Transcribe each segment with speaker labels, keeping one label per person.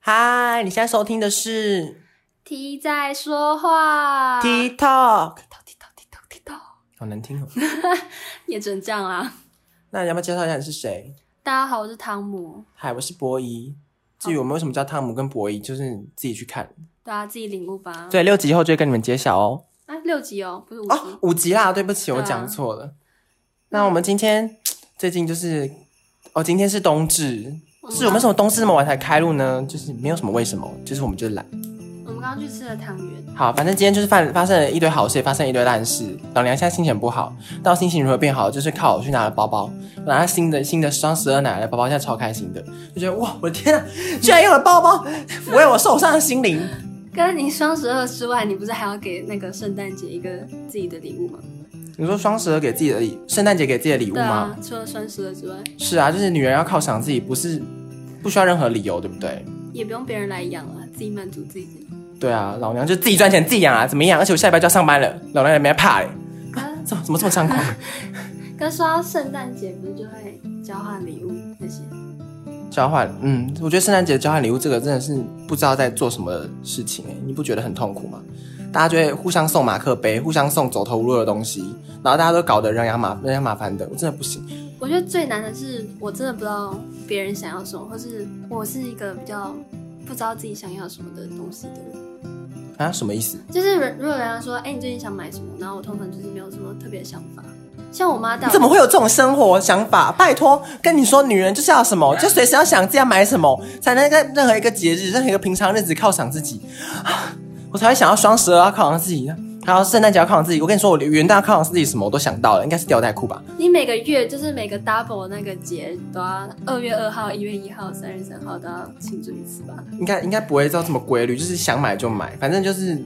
Speaker 1: 嗨，你现在收听的是
Speaker 2: T 在说话
Speaker 1: TikTok，
Speaker 2: 踢到踢到踢到，
Speaker 1: 啊好难听哦。
Speaker 2: 也只能这样啊啦。
Speaker 1: 那你要不要介绍一下你是谁？
Speaker 2: 大家好，我是汤姆，
Speaker 1: 嗨，我是博仪。至于我们为什么叫汤姆跟博仪，就是你自己去看。
Speaker 2: 大家自己领悟吧。
Speaker 1: 对，六集后就会跟你们揭晓哦。
Speaker 2: 啊，六集哦，不是五集。
Speaker 1: 哦，五集啦，对不起，
Speaker 2: 对啊
Speaker 1: 我讲错了。那我们今天最近就是，哦，今天是冬至，是我们为什么冬至那么晚才开录呢？就是没有什么为什么，就是我们就是懒。
Speaker 2: 我们刚刚去吃了汤圆，
Speaker 1: 好，反正今天就是发发生了一堆好事，也发生了一堆烂事。老娘现在心情很不好，到心情如何变好，就是靠我去拿了包包，我拿了新的新的双十二奶奶包包，现在超开心的，就觉得哇，我的天啊，居然用了包包抚慰我受伤的心灵。
Speaker 2: 跟你双十二之外，你不是还要给那个圣诞节一个自己的礼物吗？
Speaker 1: 你说双十二给自己的礼，圣诞节给自己的礼物
Speaker 2: 对
Speaker 1: 吗
Speaker 2: 啊？，除了双十二之外，
Speaker 1: 是啊，就是女人要犒赏自己，不是不需要任何理由，对不对？
Speaker 2: 也不用别人来养了，自己满足自己。
Speaker 1: 对啊，老娘就自己赚钱自己养啊，怎么样？而且我下礼拜就要上班了，老娘也没在怕嘞，欸
Speaker 2: 跟
Speaker 1: 怎么怎么这么猖狂？
Speaker 2: 啊跟说到圣诞节，不是就会交换礼物那些？
Speaker 1: 交换，嗯，我觉得圣诞节交换礼物这个真的是不知道在做什么事情、欸，你不觉得很痛苦吗？大家就会互相送马克杯，互相送走投无路的东西，然后大家都搞得人仰马人仰马翻的，我真的不行。
Speaker 2: 我觉得最难的是，我真的不知道别人想要什么，或是我是一个比较不知道自己想要什么的东西的人。
Speaker 1: 啊，什么意思？
Speaker 2: 就是如果人家说，哎、你最近想买什么？然后我通常就是没有什么特别的想法。像我妈
Speaker 1: 你
Speaker 2: 带我，
Speaker 1: 怎么会有这种生活想法？拜托，跟你说，女人就是要什么，就随时要想自己要买什么，才能在任何一个节日、任何一个平常日子犒赏自己。啊我才会想要双十二要犒赏自己，然后圣诞节要犒赏自己。我跟你说，我连元旦要犒赏自己什么我都想到了，应该是吊带裤吧。
Speaker 2: 你每个月就是每个 double 那个节都要二月二号、一月一号、三月三号都要庆祝一次吧？
Speaker 1: 应该应该不会照这么规律，就是想买就买，反正就是，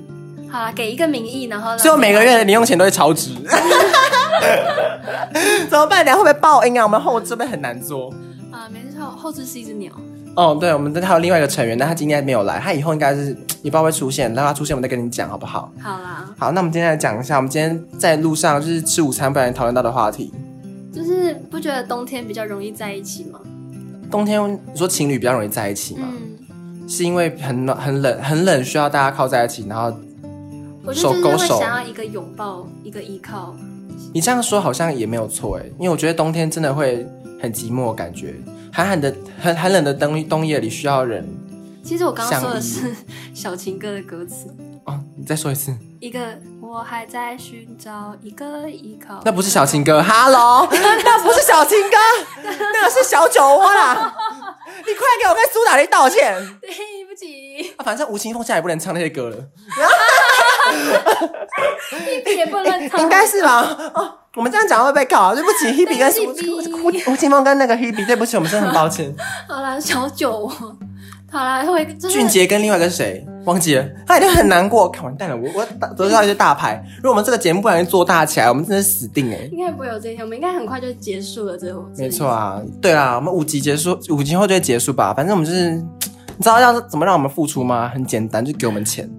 Speaker 2: 好啦，给一个名义，然后让
Speaker 1: 所以我每个月的零用钱都会超 值。怎么办？等下会不会报应啊？我们后置会不会很难做？
Speaker 2: 啊，没事，后后置是一只鸟。
Speaker 1: 哦，对，我们这还有另外一个成员，但他今天没有来，他以后应该是也不知道会出现，让他出现我们再跟你讲好不好？
Speaker 2: 好啦，
Speaker 1: 好，那我们今天来讲一下，我们今天在路上就是吃午餐不然讨论到的话题。
Speaker 2: 就是不觉得冬天比较容易在一起吗？
Speaker 1: 冬天你说情侣比较容易在一起吗？
Speaker 2: 嗯。
Speaker 1: 是因为很暖、很冷、很冷，需要大家靠在一起，然后
Speaker 2: 我觉得就是
Speaker 1: 手勾
Speaker 2: 会
Speaker 1: 手
Speaker 2: 想要一个拥抱，一个依靠。
Speaker 1: 你这样说好像也没有错哎，因为我觉得冬天真的会很寂寞，感觉寒寒的、很寒冷的冬冬夜里需要人
Speaker 2: 其实我刚刚说的
Speaker 1: 相
Speaker 2: 是 小情歌的歌词，
Speaker 1: 哦。你再说一次，
Speaker 2: 一个我还在寻找一个依靠。
Speaker 1: 那不是小情歌，Hello，那 不是小情歌，那个是小酒窝啦。你快给我跟苏打绿道歉、
Speaker 2: 对不起，
Speaker 1: 啊！反正吴青峰现在也不能唱那些歌了，
Speaker 2: 也不能唱。
Speaker 1: 哎应该是吧？哦，我们这样讲会被告啊！对不起，Hebe 跟苏
Speaker 2: 对不起
Speaker 1: 吴吴青峰跟那个 Hebe，对不起，我们真的很抱歉。
Speaker 2: 好啦，小酒窝。好啦，会就是
Speaker 1: 俊杰跟另外一个是谁忘记了，他一定很难过。看完蛋了，我我得得到一些大牌。如果我们这个节目不小心做大起来，我们真的死定哎、
Speaker 2: 应该不会有这一天，我们应该很快就结束了这个。
Speaker 1: 没错啊，对啊，我们五集结束，五集后就会结束吧。反正我们就是，你知道要怎么让我们付出吗？很简单，就给我们钱。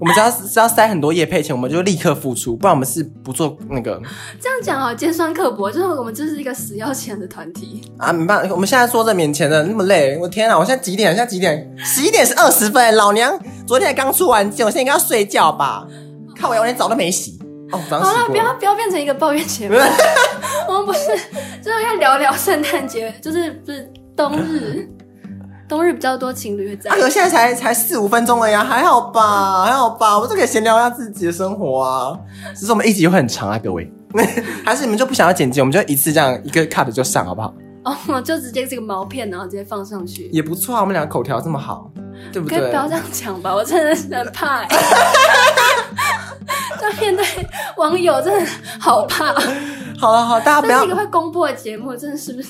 Speaker 1: 我们只要只要塞很多业配钱，我们就立刻付出，不然我们是不做那个
Speaker 2: 这个。这样讲好尖酸刻薄，就是我们就是一个死要钱的团体。
Speaker 1: 啊，没办法，我们现在做这免钱的那么累，我天啊！我现在几点？现在几点？十一点是二十分，老娘昨天才刚出完街，我现在应该要睡觉吧？看我，我连澡都没洗。哦，早
Speaker 2: 好
Speaker 1: 上
Speaker 2: 啦，
Speaker 1: 洗
Speaker 2: 不
Speaker 1: 过
Speaker 2: 要不要变成一个抱怨节目， 我们不是就是要聊聊圣诞节，就是不是冬 日，冬日比较多情侣会在
Speaker 1: 啊，。可现在才才四五分钟而已、啊，还好吧，还好吧，我们就可以闲聊一下自己的生活啊。只是我们一集会很长啊，各位， 还是你们就不想要剪辑，我们就一次这样一个 cut 就上，好不好？
Speaker 2: 哦，就直接这个毛片，然后直接放上去。
Speaker 1: 也不错啊，我们俩口条这么好，对不
Speaker 2: 可以
Speaker 1: 对
Speaker 2: 不？要这样讲吧，我真的是很 怕、欸。就面对网友，真的好 怕。
Speaker 1: 好了好，大家不
Speaker 2: 这
Speaker 1: 要
Speaker 2: 是一个会公布的节目，真的是不是？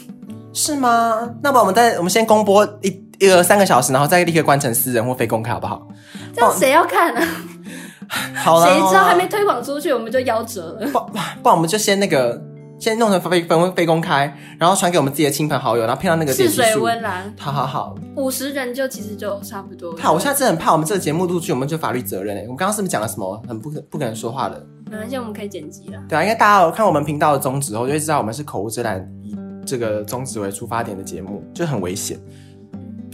Speaker 1: 是吗？那么我们再我们先公播一一个三个小时，然后再立刻关成私人或非公开，好不好？
Speaker 2: 这样谁要看啊？谁
Speaker 1: 哦好了，
Speaker 2: 知道还没
Speaker 1: 好啦
Speaker 2: 推广出去，我们就夭折了。
Speaker 1: 不不，然我们就先那个先弄成非非非公开，然后传给我们自己的亲朋好友，然后骗到那个
Speaker 2: 试
Speaker 1: 点击
Speaker 2: 水
Speaker 1: 数。
Speaker 2: 温啦，
Speaker 1: 好好好，
Speaker 2: 五十人就其实就差不多了。
Speaker 1: 怕我现在真的很怕我们这个节目录剧，我们就法律责任哎、我们刚刚是不是讲了什么很不可不可能说话的？
Speaker 2: 没关系，我们可以剪辑了。
Speaker 1: 对啊，因为大家有看我们频道的宗旨后，就会知道我们是口无遮拦，以这个宗旨为出发点的节目，就很危险。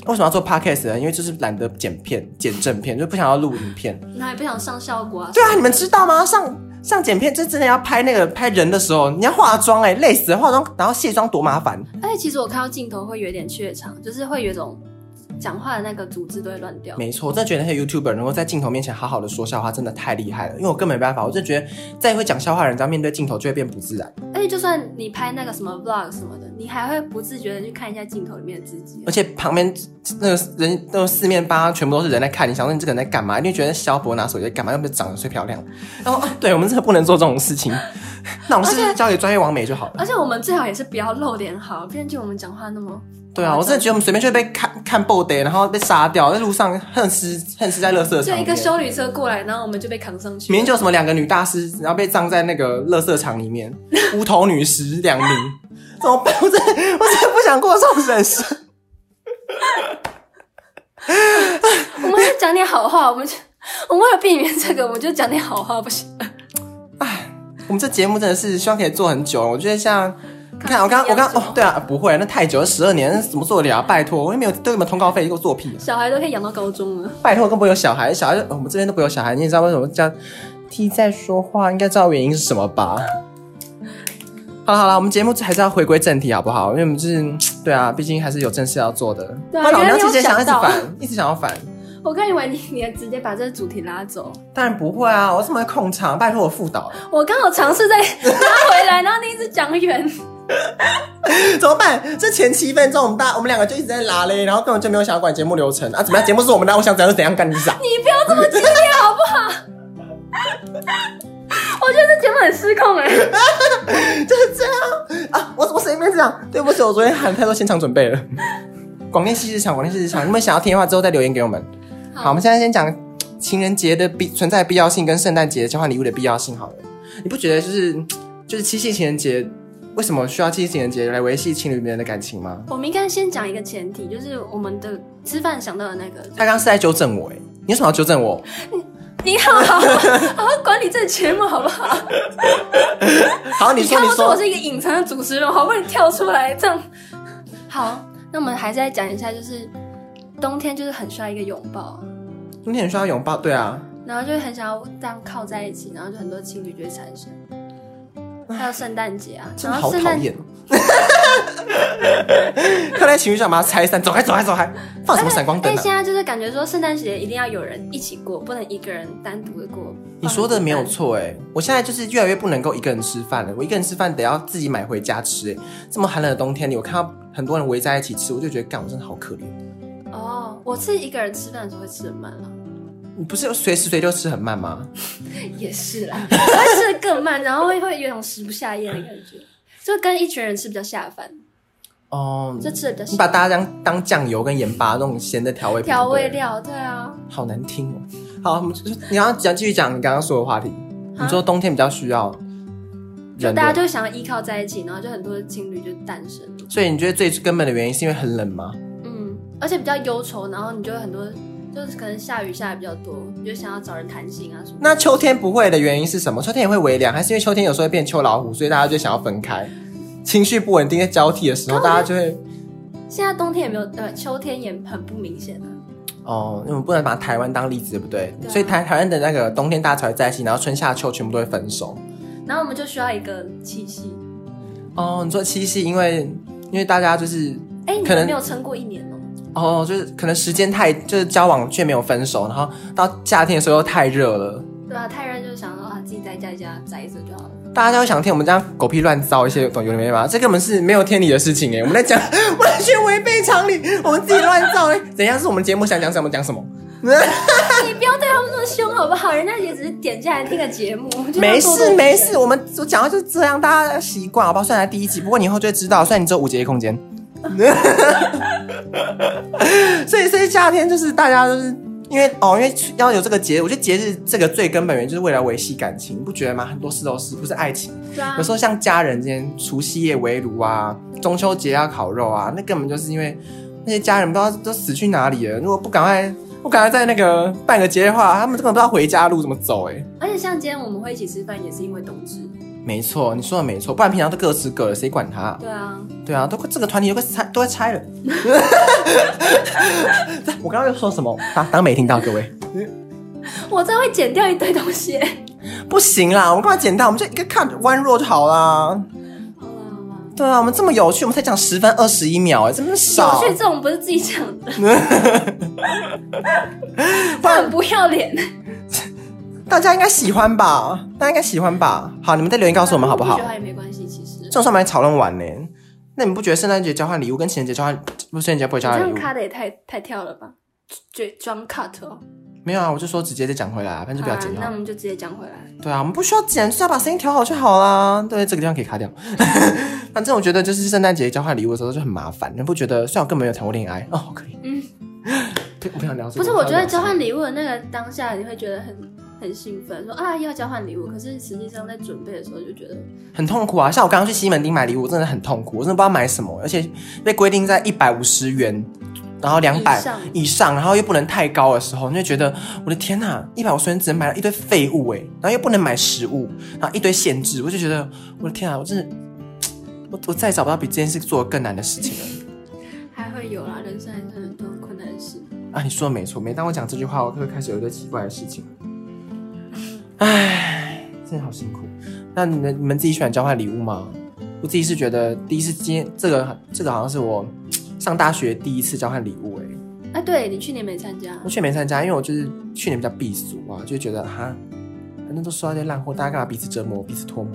Speaker 1: 为什么要做 podcast 呢？因为就是懒得剪片、剪正片，就不想要录影片。
Speaker 2: 那也不想上效果啊。
Speaker 1: 对啊，你们知道吗？上上剪片，这真的要拍那个拍人的时候，你要化妆哎、累死了！化妆然后卸妆多麻烦。
Speaker 2: 而且其实我看到镜头会有点怯场，就是会有一种讲话的那个组织都会乱掉。
Speaker 1: 没错，我真的觉得那些 YouTuber 能够在镜头面前好好的说笑话，真的太厉害了。因为我更没办法，我就觉得再会讲笑话的人，只要面对镜头就会变不自然。
Speaker 2: 而且就算你拍那个什么 vlog 什么的，你还会不自觉的去看一下镜头里面的自己
Speaker 1: 而。且旁边那个人，那个四面八方全部都是人在看你，想说你这个人在干嘛？一定觉得萧伯拿手机在干嘛？又不是长得最漂亮。然后，啊对我们真的不能做这种事情。那我们是不是交给专业网美就好了？
Speaker 2: 而且我们最好也是不要露脸好，不然就我们讲话那么……
Speaker 1: 对啊，我真的觉得我们随便就会被看看 b o d 然后被杀掉，在路上恨尸恨尸在垃圾场里
Speaker 2: 就
Speaker 1: 面。
Speaker 2: 一个修理车过来，然后我们就被扛上去。
Speaker 1: 明明就有什么两个女大师，然后被葬在那个垃圾场里面，无头女尸两名，怎么办？我真的我真的不想过这种人生。
Speaker 2: 我们就讲点好话，我们就 我们为了避免这个，我们就讲点好话，不行？
Speaker 1: 我们这节目真的是希望可以做很久，我觉得像。你看，我刚我刚哦，对啊，不会，那太久了，十二年怎么做得了、啊？拜托，我又没有都没有通告费，给我做屁、啊！
Speaker 2: 小孩都可以养到高中了。
Speaker 1: 拜托，更不会有小孩，小孩就我们这边都不会有小孩，你也知道为什么这样替在说话，应该知道原因是什么吧？好了好了，我们节目还是要回归正题好不好？因为我们就是嘖对啊，毕竟还是有正事要做的。
Speaker 2: 对啊
Speaker 1: 不然老娘之前想一直
Speaker 2: 原来你有想到
Speaker 1: 反，一直想要反，
Speaker 2: 我刚以为你你直接把这个主题拉走，
Speaker 1: 当然不会啊，我这么会控场，拜托我副 导，
Speaker 2: 我刚好尝试再拉回来，然后你一直讲远。
Speaker 1: 怎么办？这前七分钟我们大我们两个就一直在拉嘞，然后根本就没有想要管节目流程啊，怎么样？节目是我们的，我想怎样就怎样，干你啥？
Speaker 2: 你不要这么激烈 好不好？ 我觉得这节目很失控哎、
Speaker 1: 就是这样啊！我我随便这样，对不起，我昨天喊太多现场准备了。 广电戏剧场，广电戏剧场，你们想要听的话，之后再留言给我们。好，我们现在先讲情人节的必存在的必要性跟圣诞节交换礼物的必要性好了。你不觉得就是就是七夕情人节为什么需要七夕情人节来维系情侣间的感情吗？
Speaker 2: 我们应该先讲一个前提，就是我们的吃饭想到的那个。
Speaker 1: 他刚刚是在纠正我、欸，你为什么要纠正我？
Speaker 2: 你好好好好管理这个节目好不好？
Speaker 1: 好，你
Speaker 2: 你
Speaker 1: 说
Speaker 2: 看
Speaker 1: 你
Speaker 2: 不出
Speaker 1: 说
Speaker 2: 我，是一个隐藏的主持人，我好不容易跳出来这样。好，那我们还是再讲一下，就是冬天就是很需要一个拥抱，
Speaker 1: 今天很需要拥抱，对啊，
Speaker 2: 然后就很想要这样靠在一起，然后就很多情侣就会产生。还有圣诞节啊，
Speaker 1: 真
Speaker 2: 然
Speaker 1: 的
Speaker 2: 后
Speaker 1: 好
Speaker 2: 圣
Speaker 1: 讨
Speaker 2: 诞
Speaker 1: 厌哦。快来情绪上把它拆散，走开走开走开，放什么闪光灯
Speaker 2: 但
Speaker 1: 啊？
Speaker 2: 现在就是感觉说，圣诞节一定要有人一起过，不能一个人单独的过。
Speaker 1: 你说的没有错哎、我现在就是越来越不能够一个人吃饭了。我一个人吃饭得要自己买回家吃哎、这么寒冷的冬天里，我看到很多人围在一起吃，我就觉得干，我真的好可怜。
Speaker 2: 哦，我是一个人吃饭的时候会吃很慢了，
Speaker 1: 你不是随时随地都吃很慢吗？
Speaker 2: 也是啦，我会吃的更慢，然后会会有种食不下咽的感觉，就跟一群人吃比较下饭，
Speaker 1: 哦、
Speaker 2: 就吃的比较
Speaker 1: 你
Speaker 2: 下
Speaker 1: 把大家当当酱油跟盐巴那种咸的调味品
Speaker 2: 调味
Speaker 1: 对不对，
Speaker 2: 料，对啊，
Speaker 1: 好难听哦。好，我们就是你要讲继续讲你刚刚说的话题。你说冬天比较需要
Speaker 2: 就
Speaker 1: 人
Speaker 2: 大家
Speaker 1: 的，
Speaker 2: 就想要依靠在一起，然后就很多情侣就诞生了。
Speaker 1: 所以你觉得最根本的原因是因为很冷吗？
Speaker 2: 嗯，而且比较忧愁，然后你就会很多，就是可能下雨下的比较多，你就想要找人谈心啊什么。
Speaker 1: 那秋天不会的原因是什么？秋天也会微凉，还是因为秋天有时候会变秋老虎，所以大家就想要分开？情绪不稳定在交替的时候，大家就会
Speaker 2: 现在冬天也没有，呃，秋天也很不明显啊。
Speaker 1: 哦，因为我们不能把台湾当例子，对不对？
Speaker 2: 对啊
Speaker 1: 所以台台湾的那个冬天大家才会在一起，然后春夏秋全部都会分手。
Speaker 2: 然后我们就需要一个气息。
Speaker 1: 哦，你说七夕，因为因为大家就是
Speaker 2: 哎、你
Speaker 1: 可能
Speaker 2: 们没有撑过一年哦、
Speaker 1: 哦，就是可能时间太就是交往却没有分手，然后到夏天的时候又太热了，
Speaker 2: 对啊，太热就是想说啊，自己在家里家宅着就好了。
Speaker 1: 大家会想听我们这样狗屁乱造一些懂有没吧？这根本是没有天理的事情哎！我们在讲 完全违背常理，我们自己乱造哎！怎样是我们节目想讲什么讲什么？
Speaker 2: 你不要对他们那么凶好不好？人家也只是点进来听个 节目，就
Speaker 1: 没
Speaker 2: 多多
Speaker 1: 事
Speaker 2: 益
Speaker 1: 没
Speaker 2: 人
Speaker 1: 事，。我们我讲的就是这样，大家要习惯好不好？虽然才第一集，不过你以后就会知道，虽然你只有五节空间。 所以所以夏天就是大家都是因为哦，因为要有这个节，我觉得节日这个最根本原因就是为了维系感情，你不觉得吗？很多事都是不是爱情。
Speaker 2: 对啊
Speaker 1: 有，时候像家人之间，除夕夜围炉啊，中秋节要烤肉啊，那根本就是因为那些家人不知道都死去哪里了。如果不赶快，不赶快在那个办个节的话，他们根本不知道回家路怎么走、欸。
Speaker 2: 而且像今天我们会一起吃饭，也是因为冬至。
Speaker 1: 哎，没错，你说的没错，不然平常都各吃各的，谁管他、啊？
Speaker 2: 对啊，
Speaker 1: 对啊，都快这个团体都快拆，都快拆了。 我刚刚又说什么？当当没听到，各位。
Speaker 2: 我真的会剪掉一堆东 西。
Speaker 1: 不行啦，我们干嘛简单？我们就一个 cut 弯弱就好啦。
Speaker 2: 好啦好啦
Speaker 1: 对啊，我们这么有趣，我们才讲十分二十一秒、哎，这么少，
Speaker 2: 有趣这种不是自己讲 的， 他很不要脸。
Speaker 1: 大家应该喜欢吧？大家应该喜欢吧？好，你们再留言告诉我们好不好
Speaker 2: 喜？欢也没关系，其实
Speaker 1: 这。种上面还讨论完呢，那你们不觉得圣诞节交换礼物跟情人节交换，不是情人节不会
Speaker 2: 你
Speaker 1: 交
Speaker 2: 这
Speaker 1: 换礼
Speaker 2: 样
Speaker 1: 物？
Speaker 2: 卡的也太太跳了吧？就装 cut 哦。
Speaker 1: 没有啊，我就说直接再讲回来啊，反正就不要
Speaker 2: 好
Speaker 1: 剪
Speaker 2: 啦
Speaker 1: 了。
Speaker 2: 那我们就直接讲回来。
Speaker 1: 对啊，我们不需要剪，就是要把声音调好就好啦。对，这个地方可以卡掉。反正我觉得就是圣诞节交换礼物的时候就很麻烦，你不觉得？虽然我根本没有谈过恋爱哦，可以。
Speaker 2: 嗯
Speaker 1: 嗯，对， 我不想聊这个。
Speaker 2: 不是，我觉得交
Speaker 1: 不想聊这
Speaker 2: 换礼物的那个当下，你会觉得很很兴奋，说啊要交换礼物。可是实际上在准备的时候就觉得，
Speaker 1: 个很痛苦啊。像我刚刚去西门町买礼物，真的很痛苦，我真的不知道买什么，而且被规定在一百五十元，然后两百
Speaker 2: 以上
Speaker 1: 以上，然后又不能太高的时候，你就觉得我的天呐，一百五十元只能买到一堆废物哎，然后又不能买食物，然后一堆限制，我就觉得我的天啊，我真的，我我再也找不到比这件事做得更难的事情了。
Speaker 2: 还会有啦，人生还是很多困难的事。
Speaker 1: 啊，你说的没错，每当我讲这句话，我就会开始有一堆奇怪的事情。唉，真的好辛苦。那你们你们自己喜欢交换礼物吗？我自己是觉得第一次今天这个这个好像是我上大学第一次交换礼物哎、
Speaker 2: 啊，对你去年没参加啊
Speaker 1: 我，去年没参加，因为我就是去年比较避俗啊，就觉得哈，反正都说到这些烂货，大家干嘛彼此折磨、彼此脱磨？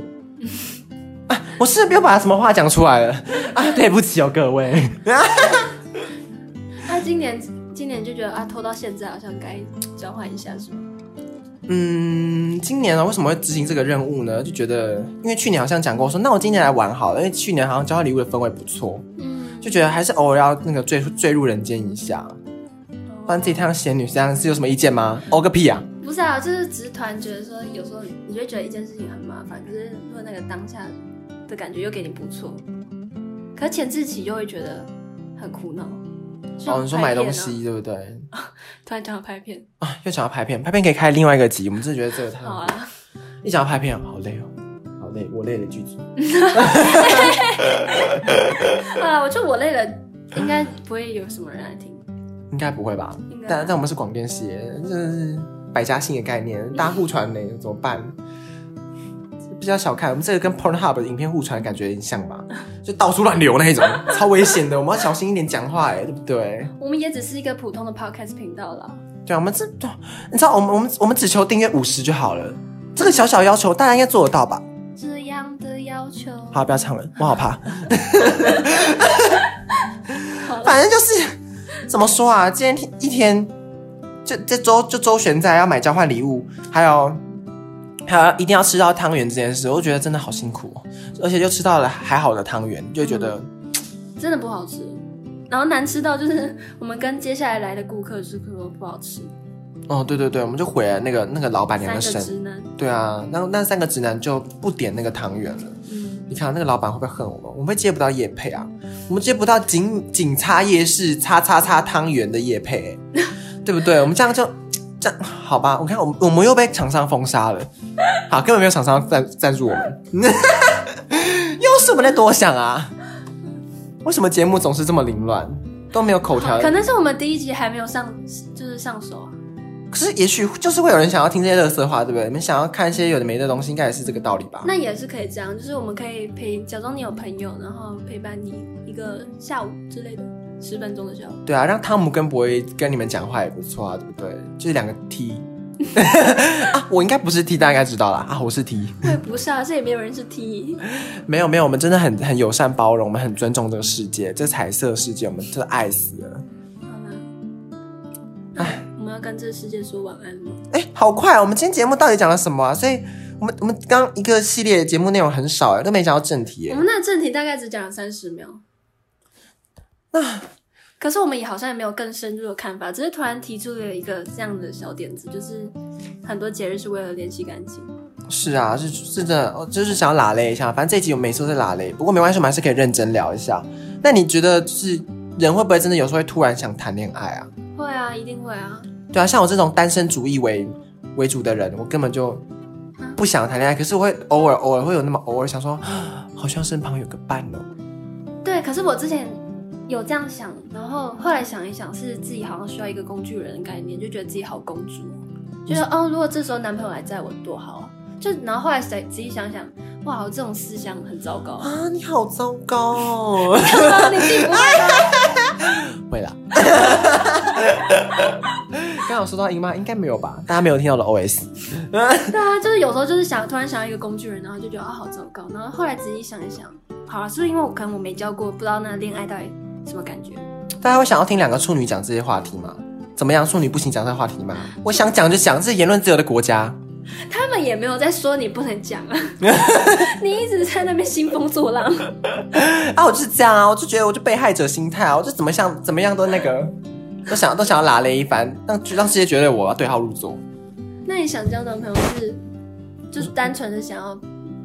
Speaker 1: 啊，我是不是又把什么话讲出来了啊？对不起哦，各位。
Speaker 2: 那、啊今年今年就觉得啊，拖到现在好像该交换一下是吗？
Speaker 1: 嗯，今年呢，为什么会执行这个任务呢？就觉得，因为去年好像讲过说，那我今年来玩好了，因为去年好像交换礼物的氛围不错，
Speaker 2: 嗯，
Speaker 1: 就觉得还是偶尔要那个坠坠入人间一下，不然自己太像仙女这样是有什么意见吗？哦个屁啊！
Speaker 2: 不是啊，就是只是突然觉得说，有时候你就会觉得一件事情很麻烦，可是如果那个当下的感觉又给你不错，可前置期又会觉得很苦恼。
Speaker 1: 哦，你说买东
Speaker 2: 像拍片啊，
Speaker 1: 西对不对？
Speaker 2: 突然想要拍片，
Speaker 1: 啊，又想要拍片，拍片可以开另外一个集，我们真的觉得这个太
Speaker 2: 好啊，
Speaker 1: 一想要拍片好累哦，好累，我累的剧组。
Speaker 2: 啊，我觉得我累了，应该不会有什么人来听，
Speaker 1: 应该不会吧
Speaker 2: 应？该
Speaker 1: 但但我们是广电系耶，这是百家姓的概念，大家互传呢，怎么办？比较小看我们这个跟 Pornhub 的影片互传感觉有点像吧，就到处乱流那一种，超危险的，我们要小心一点讲话，哎，对不对？
Speaker 2: 我们也只是一个普通的 podcast 频道啦。
Speaker 1: 对啊，我们这，你知道，我们我们我们只求订阅五十就好了，这个小小要求大家应该做得到吧？
Speaker 2: 这样的要求，
Speaker 1: 好，不要唱了，我好怕。
Speaker 2: 好 了，
Speaker 1: 反正就是怎么说啊，今天一天就这周就周旋在要买交换礼物，还有还有一定要吃到汤圆这件事，我觉得真的好辛苦、哦，而且又吃到了还好的汤圆，就觉得
Speaker 2: 嗯真的不好吃，然后难吃到就是我们跟接下来来的顾客是说不好吃，
Speaker 1: 哦，对对对，我们就毁了那个那个老板娘
Speaker 2: 三
Speaker 1: 的
Speaker 2: 个
Speaker 1: 神。
Speaker 2: 直男，
Speaker 1: 对啊，那那三个直男就不点那个汤圆了。
Speaker 2: 嗯，
Speaker 1: 你看那个老板会不会恨我们？我们会接不到夜配啊，我们接不到警警察夜市叉叉叉汤圆的夜配、欸对不对？我们这样就这样好吧？我看我们我们又被厂商封杀了，好，根本没有厂商赞赞助我们， 又是我们在多想啊？为什么节目总是这么凌乱，都没有口条？
Speaker 2: 可能是我们第一集还没有上，就是上手啊，
Speaker 1: 可是也许就是会有人想要听这些乐色话，对不对？你们想要看一些有的没的东西，应该也是这个道理吧？
Speaker 2: 那也是可以这样，就是我们可以陪，假装你有朋友，然后陪伴你一个下午之类的，十分钟的 下午，
Speaker 1: 对啊，让汤姆跟博威跟你们讲话也不错啊，对不对？就是两个 T 啊，我应该不是 T，大家应该知道啦啊，我是 T，
Speaker 2: 我也不是啊，这也没有人是 T，
Speaker 1: 没有没有，我们真的很很友善包容，我们很尊重这个世界，这彩色世界我们真的爱死了。
Speaker 2: 好啦，我们要跟这个世界说晚安了，
Speaker 1: 哎，好快、哦，我们今天节目到底讲了什么啊？所以我们我们刚一个系列节目内容很少哎，都没讲到正题
Speaker 2: 我
Speaker 1: 哎。
Speaker 2: 们那个正题大概只讲了三十秒，可是我们也好像也没有更深入的看法，只是突然提出了一个这样的小点子，就是很多节日是为了联系感情。
Speaker 1: 是啊，是是真的，哦就是想要拉勒一下。反正这一集我每次都在拉勒，不过没关系，我们还是可以认真聊一下。那你觉得就是人会不会真的有时候会突然想谈恋爱啊？
Speaker 2: 会啊，一定会啊。
Speaker 1: 对啊，像我这种单身主义为为主的人，我根本就不想谈恋爱，可是我会偶尔偶尔会有那么偶尔想 说，好像身旁有个伴哦。
Speaker 2: 对，可是我之前有这样想，然后后来想一想，是自己好像需要一个工具人的概念，就觉得自己好公主，觉得哦，如果这时候男朋友来载我多好啊！就然后后来仔仔细想想，哇，我这种思想很糟糕。
Speaker 1: 啊，你好糟糕哦！
Speaker 2: 你自己不会啊吗？
Speaker 1: 会啦。 刚刚有说到姨妈，应该没有吧？大家没有听到我的 OS。
Speaker 2: 对啊，就是有时候就是想突然想到一个工具人，然后就觉得啊好糟糕，然后后来仔细想一想，好啊了，是不是因为我可能我没交过，不知道那恋爱到底什么感觉？
Speaker 1: 大家会想要听两个处女讲这些话题吗？怎么样，处女不行讲这个话题吗？我想讲就讲，这是言论自由的国家。
Speaker 2: 他们也没有在说你不能讲 啊，你一直在那边兴风作浪。
Speaker 1: 啊，我就是这样啊，我就觉得我就被害者心态啊，我就怎么想怎么样都那个，都想都想要拉了一番，让让世界觉得我要对号入座。
Speaker 2: 那你想交男朋友是，就是单纯的想要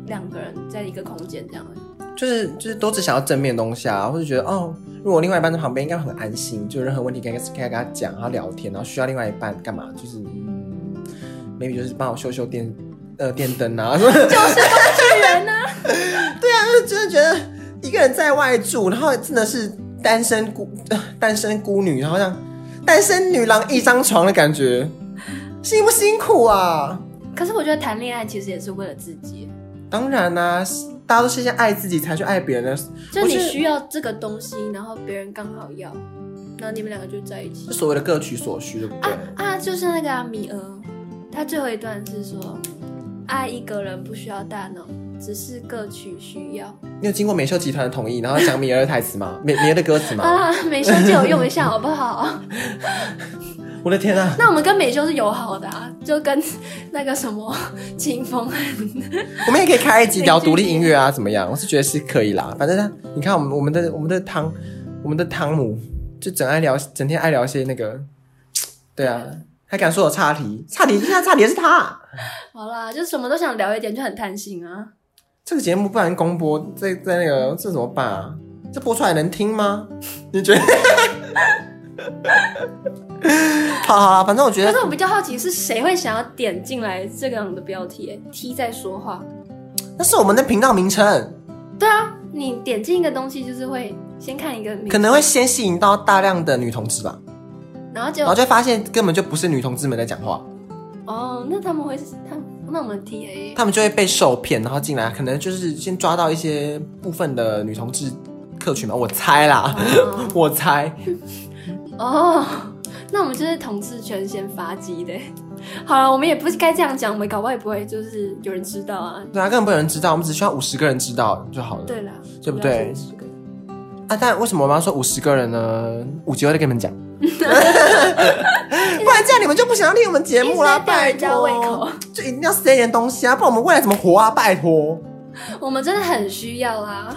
Speaker 2: 两个人在一个空间这样吗？
Speaker 1: 就是就是都只想要正面的东西啊，或者觉得哦，如果我另外一半在旁边，应该很安心，就有任何问题可以跟可以跟他讲，然后聊天，然后需要另外一半干嘛，就是嗯，maybe 就是帮我修修电呃电灯啊，
Speaker 2: 就是工具人呢、啊，
Speaker 1: 就是真的觉得一个人在外住，然后真的是单身孤 呃单身孤女，然后像单身女郎一张床的感觉，辛不辛苦啊？
Speaker 2: 可是我觉得谈恋爱其实也是为了自己，
Speaker 1: 当然啦、大家都是先爱自己才去爱别人的，
Speaker 2: 就
Speaker 1: 我
Speaker 2: 你
Speaker 1: 觉得
Speaker 2: 需要这个东西，然后别人刚好要，然后你们两个就在一起
Speaker 1: 就。所谓的各取所需，对不
Speaker 2: 啊
Speaker 1: 对？
Speaker 2: 啊，就是那个、啊、米儿，他最后一段是说，爱一个人不需要大脑，只是各取需要。
Speaker 1: 你有经过美秀集团的同意，然后讲米儿的台词吗？米米儿的歌词吗？
Speaker 2: 好啦，啊美修借我用一下好不好？
Speaker 1: 我的天啊！
Speaker 2: 那我们跟美修是友好的啊，就跟那个什么 秦风很
Speaker 1: 我们也可以开一集聊独立音乐啊，怎么样？我是觉得是可以啦。反正他，你看我们我们的我们的汤，我们的汤姆就整爱聊，整天爱聊些那个，对啊，还敢说我差题，差题现在差题的是他。
Speaker 2: 好啦，就什么都想聊一点，就很贪心啊。
Speaker 1: 这个节目不然公播，在在那个这怎么办啊？这播出来能听吗？ 你觉得？好好啦，反正我觉
Speaker 2: 可
Speaker 1: 得
Speaker 2: 是我比较好奇是谁会想要点进来这样的标题、欸、？T 在说话。
Speaker 1: 那是我们的频道名称，
Speaker 2: 对啊，你点进一个东西就是会先看一个名字，
Speaker 1: 可能会先吸引到大量的女同志吧，
Speaker 2: 然后就
Speaker 1: 然后就会发现根本就不是女同志们在讲话。
Speaker 2: 哦，那他们会他们那我们 T A
Speaker 1: 他们就会被受骗，然后进来，可能就是先抓到一些部分的女同志客群嘛，我猜啦，
Speaker 2: 哦
Speaker 1: 我猜。
Speaker 2: 哦，那我们就是同志圈先发迹的欸。好了，我们也不该这样讲，我们搞不好也不会就是有人知道啊。
Speaker 1: 对啊，根本没有人知道，我们只需要五十个人知道就好了。
Speaker 2: 对啦，
Speaker 1: 对不对
Speaker 2: 要先这个
Speaker 1: 啊，但为什么我们要说五十个人呢？五集后再跟你 们讲，不然这样你们就不想要听我们节目啦，
Speaker 2: 一直在吊
Speaker 1: 拜
Speaker 2: 人家
Speaker 1: 托
Speaker 2: 胃口，
Speaker 1: 就一定要塞一点东西啊，不然我们未来怎么活啊？拜托。
Speaker 2: 我们真的很需要啊啦。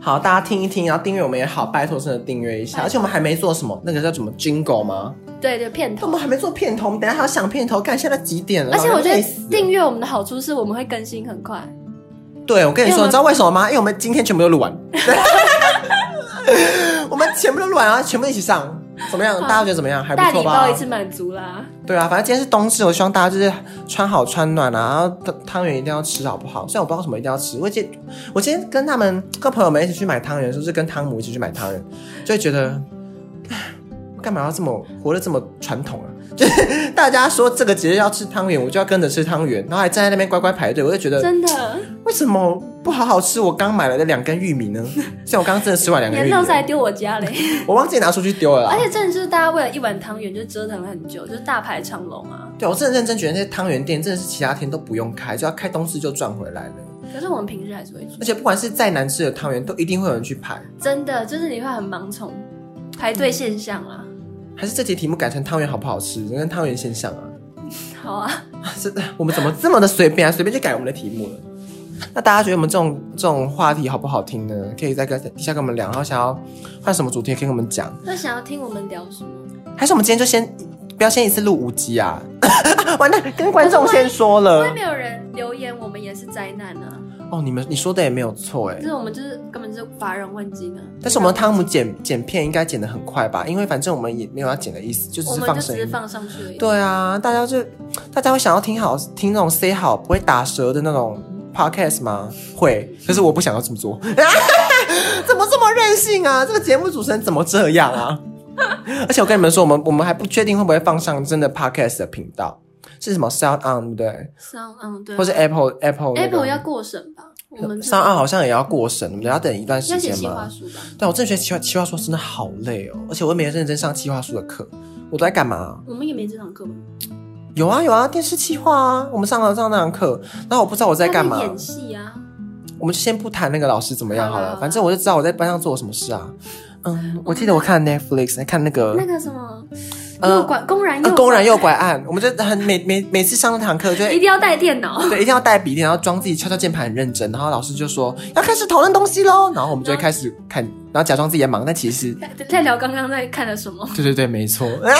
Speaker 1: 好，大家听一听，然后订阅我们也好，拜托真的订阅一
Speaker 2: 拜
Speaker 1: 下。
Speaker 2: 托
Speaker 1: 而且我们还没做什么，那个叫什么 jingle 吗？
Speaker 2: 对，就骗
Speaker 1: 那
Speaker 2: 头
Speaker 1: 我。们还没做片头，我们等一下还要想片头，看现在几点了。
Speaker 2: 而且
Speaker 1: 老
Speaker 2: 我
Speaker 1: 人
Speaker 2: 觉
Speaker 1: 累
Speaker 2: 得
Speaker 1: 死了
Speaker 2: 订阅我们的好处是我们会更新很快，
Speaker 1: 对，我跟你
Speaker 2: 因
Speaker 1: 说，
Speaker 2: 为我们
Speaker 1: 你知道为什么吗？因为我们今天全部都录 完，我们全部都录完，然后全部一起上，怎么样？大家觉得怎么样？还不
Speaker 2: 大
Speaker 1: 错
Speaker 2: 礼
Speaker 1: 吧
Speaker 2: 包一？次满足啦。
Speaker 1: 对啊，反正今天是冬至，我希望大家就是穿好穿暖啊，然后汤汤圆一定要吃好不好？虽然我不知道为什么一定要吃，我今我今天跟他们跟朋友们一起去买汤圆，的时候，就是跟汤姆一起去买汤圆，就会觉得，唉我干嘛要这么活得这么传统啊？ 就是大家说这个节日要吃汤圆，我就要跟着吃汤圆，然后还站在那边乖乖排队，我就觉得
Speaker 2: 真的，
Speaker 1: 为什么不好好吃我刚买来的两根玉米呢？像我刚刚真的吃完两根
Speaker 2: 年
Speaker 1: 玉
Speaker 2: 豆子还
Speaker 1: 米，
Speaker 2: 丢我 家嘞！
Speaker 1: 我忘记拿出去丢了啦
Speaker 2: 而。且真的就是大家为了一碗汤圆就折腾了很久，就是大排长龙啊。
Speaker 1: 对，我真的认真觉得那些汤圆店真的是其他天都不用开，就要开冬至就赚回来了。
Speaker 2: 可是我们平日还是会去
Speaker 1: 而，且不管是再难吃的汤圆，都一定会有人去排。
Speaker 2: 真的就是你会很盲从，排队现象啊。
Speaker 1: 还是这题题目改成汤圆好不好吃，跟汤圆现象啊。
Speaker 2: 好啊，
Speaker 1: 真的，我们怎么这么的随便啊？随便就改我们的题目了。那大家觉得我们这种这种话题好不好听呢？可以在跟底下跟我们聊，然后想要换什么主题也可以跟我们讲。
Speaker 2: 那想要听我们聊什么？
Speaker 1: 还是我们今天就先不要先一次录五集 啊？完蛋，跟观众先说
Speaker 2: 会
Speaker 1: 了
Speaker 2: 没有人留言，我们也是灾难啊！
Speaker 1: 哦，你们你说的也没有错哎
Speaker 2: 就，是我们就是根本就是乏人问津啊。
Speaker 1: 但是我们汤姆剪剪片应该剪得很快吧？因为反正我们也没有要剪的意思，就只
Speaker 2: 我
Speaker 1: 是
Speaker 2: 们
Speaker 1: 放
Speaker 2: 就只
Speaker 1: 声
Speaker 2: 是
Speaker 1: 音。
Speaker 2: 放上去而已。
Speaker 1: 对啊，大家就大家会想要听好听那种 say 好不会打折的那种 podcast 吗？会，可是我不想要这么做。 怎么这么任性啊？这个节目主持人怎么这样啊？ 而且我跟你们说，我们我们还不确定会不会放上真的 podcast 的频道，是什么 Sound On 对不对？
Speaker 2: 上嗯对啊，
Speaker 1: 或是 Apple Apple 那个
Speaker 2: Apple 要过审吧？我们这
Speaker 1: Sound On 好像也要过审，我们要等一段时
Speaker 2: 要写
Speaker 1: 间
Speaker 2: 计划
Speaker 1: 嘛。
Speaker 2: 书吧？
Speaker 1: 对，我真的觉得企划企划书真的好累哦，而且我也没认真上企划书的课，我都在干嘛、
Speaker 2: 我们也没这堂课吗？
Speaker 1: 有啊有啊，电视企划啊，我们上了上那堂课，然后我不知道我在干嘛
Speaker 2: 他，演戏啊？
Speaker 1: 我们就先不谈那个老师怎么样好
Speaker 2: 好
Speaker 1: 了，
Speaker 2: 啊
Speaker 1: 反正我就知道我在班上做了什么事啊。嗯，我记得我看 Netflix 看那个
Speaker 2: 那个什么，
Speaker 1: 呃
Speaker 2: 诱拐公然
Speaker 1: 呃
Speaker 2: 诱
Speaker 1: 公然诱拐案，我们就很每每每次上那堂课就
Speaker 2: 一
Speaker 1: 会。
Speaker 2: 定要带电脑，
Speaker 1: 对，一定要带笔电，然后装自己敲敲键盘很认真，然后老师就说要开始讨论东西喽，然后我们就
Speaker 2: 嗯
Speaker 1: 会开始看，然后假装自己在忙，但其实，
Speaker 2: 在在聊刚刚在看了什么。
Speaker 1: 对对对，没错。 啊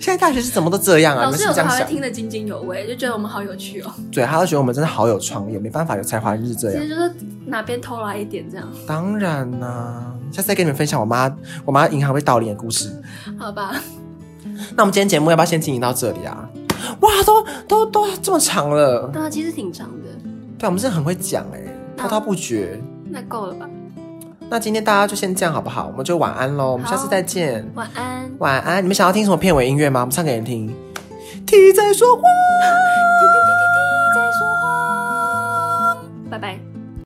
Speaker 1: 现在大学是怎么都这样啊？你
Speaker 2: 老
Speaker 1: 们
Speaker 2: 师
Speaker 1: 是
Speaker 2: 有
Speaker 1: 不是这
Speaker 2: 时
Speaker 1: 样
Speaker 2: 候还
Speaker 1: 想
Speaker 2: 会？听得津津有味，就觉得我们好有趣哦。
Speaker 1: 对，他就觉得我们真的好有创意，没办法，有才华人就是这
Speaker 2: 其
Speaker 1: 样。
Speaker 2: 实就是哪边偷来一点这样，
Speaker 1: 当然啦、下次再跟你们分享我妈我妈银行被盗领的故事。
Speaker 2: 好吧？
Speaker 1: 那我们今天节目要不要先进行到这里啊？哇，都都都这么长了，
Speaker 2: 对啊，其实挺长的，
Speaker 1: 对，我们真的很会讲哎、滔滔不绝。
Speaker 2: 那够了吧？
Speaker 1: 那今天大家就先这样好不好？我们就晚安喽，我们下次再见，
Speaker 2: 晚安，
Speaker 1: 晚安。你们想要听什么片尾音乐吗？我们唱给人听。题在说话。
Speaker 2: 滴滴滴滴滴，在说话，拜拜。